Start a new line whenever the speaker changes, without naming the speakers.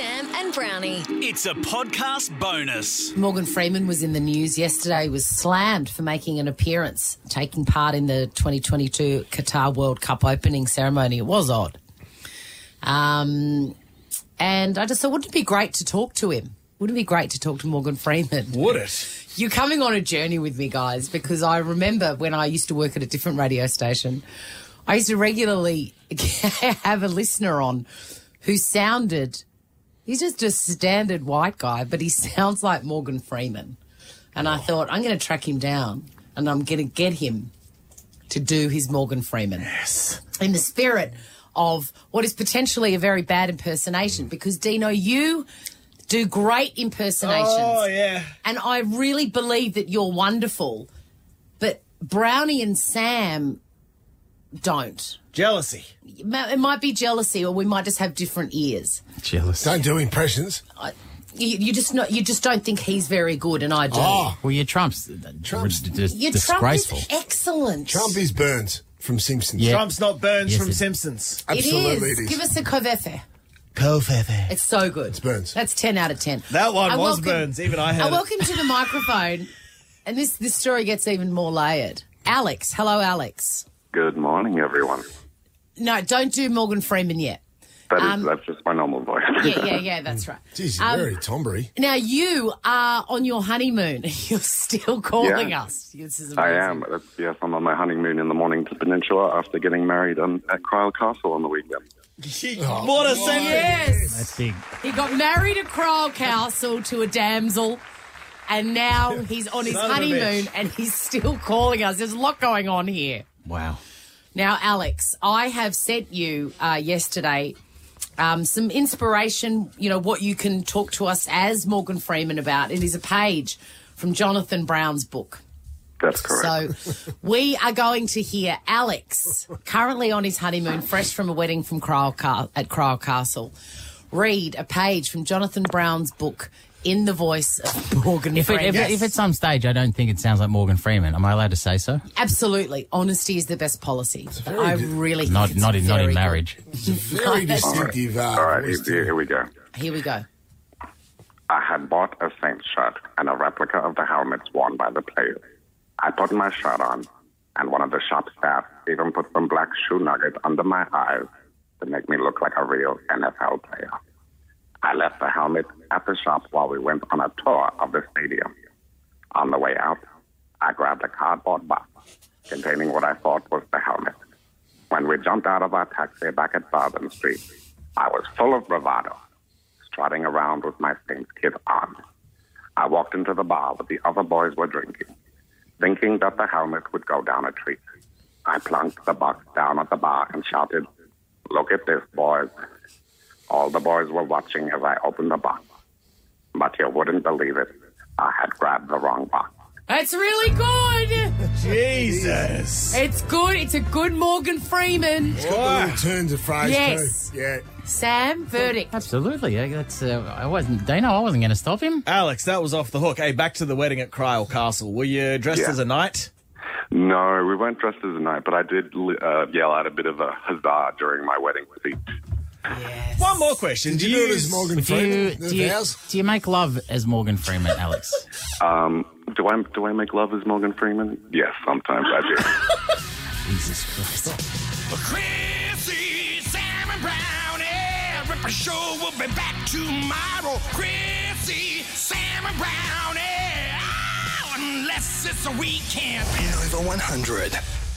and Brownie.
It's a podcast bonus.
Morgan Freeman was in the news yesterday. He was slammed for making an appearance, taking part in the 2022 Qatar World Cup opening ceremony. It was odd. Um, and I just thought, wouldn't it be great to talk to him? Wouldn't it be great to talk to Morgan Freeman?
Would it?
You're coming on a journey with me, guys, because I remember when I used to work at a different radio station, I used to regularly have a listener on who sounded, he's just a standard white guy, but he sounds like Morgan Freeman. And I thought, I'm going to track him down and I'm going to get him to do his Morgan Freeman. Yes. In the spirit of what is potentially a very bad impersonation, because Dino, you do great impersonations.
Oh yeah.
And I really believe that you're wonderful, but Brownie and Sam don't.
Jealousy.
It ma- it might be jealousy, or we might just have different ears.
Jealous.
Don't do impressions.
You, you just not, you just don't think he's very good, and I do.
Oh,
Well, your Trump's,
Trump's-
Trump's
Your
disgraceful.
Trump is excellent.
Trump is Burns from Simpsons.
Yeah.
Trump's not Burns
Yes,
from
it-
Simpsons.
It
Absolutely
is.
it is.
Give us a covefe.
Perfect.
It's so good. It's
Burns.
That's ten out of ten.
That one
I
was
welcome-
Burns. Even I
I
heard. it.
welcome to the microphone, and this this story gets even more layered. Alex, hello, Alex.
Good morning, everyone.
No, don't do Morgan Freeman yet.
That is,
Um,
that's just my normal voice.
Yeah, yeah, yeah. That's right.
Jeez, you're very tombery.
Now you are on your honeymoon. You're still calling
Yeah.
us. This is
I
amazing.
am. That's, yes, I'm on my honeymoon in the morning to Peninsula after getting married um, at Cryle Castle on the weekend.
What a sentence.
Yes,
That's big.
he got married at Crowell Castle to a damsel, and now he's on his
Son of a
honeymoon,
bitch.
and he's still calling us. There's a lot going on here.
Wow.
Now, Alex, I have sent you uh, yesterday um, some inspiration, you know, what you can talk to us as Morgan Freeman about. It is a page from Jonathan Brown's book.
That's correct.
So we are going to hear Alex, currently on his honeymoon, fresh from a wedding from Cryle Ca- at Cryle Castle, read a page from Jonathan Brown's book in the voice of Morgan
If, it,
Freeman.
if, it- if at some stage I don't think it sounds like Morgan Freeman, am I allowed to say so?
Absolutely, honesty is the best policy.
very
I
good-
really think
Not
it's
not in not
very
in
good.
marriage.
It's a very distinctive. Uh,
All right,
voice
here, here we go.
Here we go.
I had bought a Saints shirt and a replica of the helmets worn by the players. I put my shirt on, and one of the shop staff even put some black shoe nuggets under my eyes to make me look like a real NFL player. I left the helmet at the shop while we went on a tour of the stadium. On the way out, I grabbed a cardboard box containing what I thought was the helmet. When we jumped out of our taxi back at Bourbon Street, I was full of bravado trotting around with my Saints kid on. I walked into the bar where the other boys were drinking, thinking that the helmet would go down a treat. I plunked the box down at the bar and shouted, Look at this, boys. All the boys were watching as I opened the box. But you wouldn't believe it. I had grabbed the wrong box.
It's really good.
Jesus.
It's good. It's a good Morgan Freeman.
Little turns of phrase
Yes.
too. Yeah.
Sam, verdict.
Absolutely. yeah, That's uh, I wasn't Dana. I wasn't going to stop him.
Alex, that was off the hook. Hey, back to the wedding at Cryle Castle. Were you dressed
Yeah.
as a knight?
No, we weren't dressed as a knight, but I did uh, yell out a bit of a huzzah during my wedding speech.
One more question.
Did you do it as Morgan
Do you,
Freeman?
do,
The
you,
vows?
do you make love as Morgan Freeman, Alex?
Um, do I do I make love as Morgan Freeman? Yes, sometimes I do.
Jesus Christ.
Chrissy, Sam and Brownie. Ripper Show will be back tomorrow. Chrissy, Sam and ah, Brownie. Oh, unless it's a weekend.
Over 100.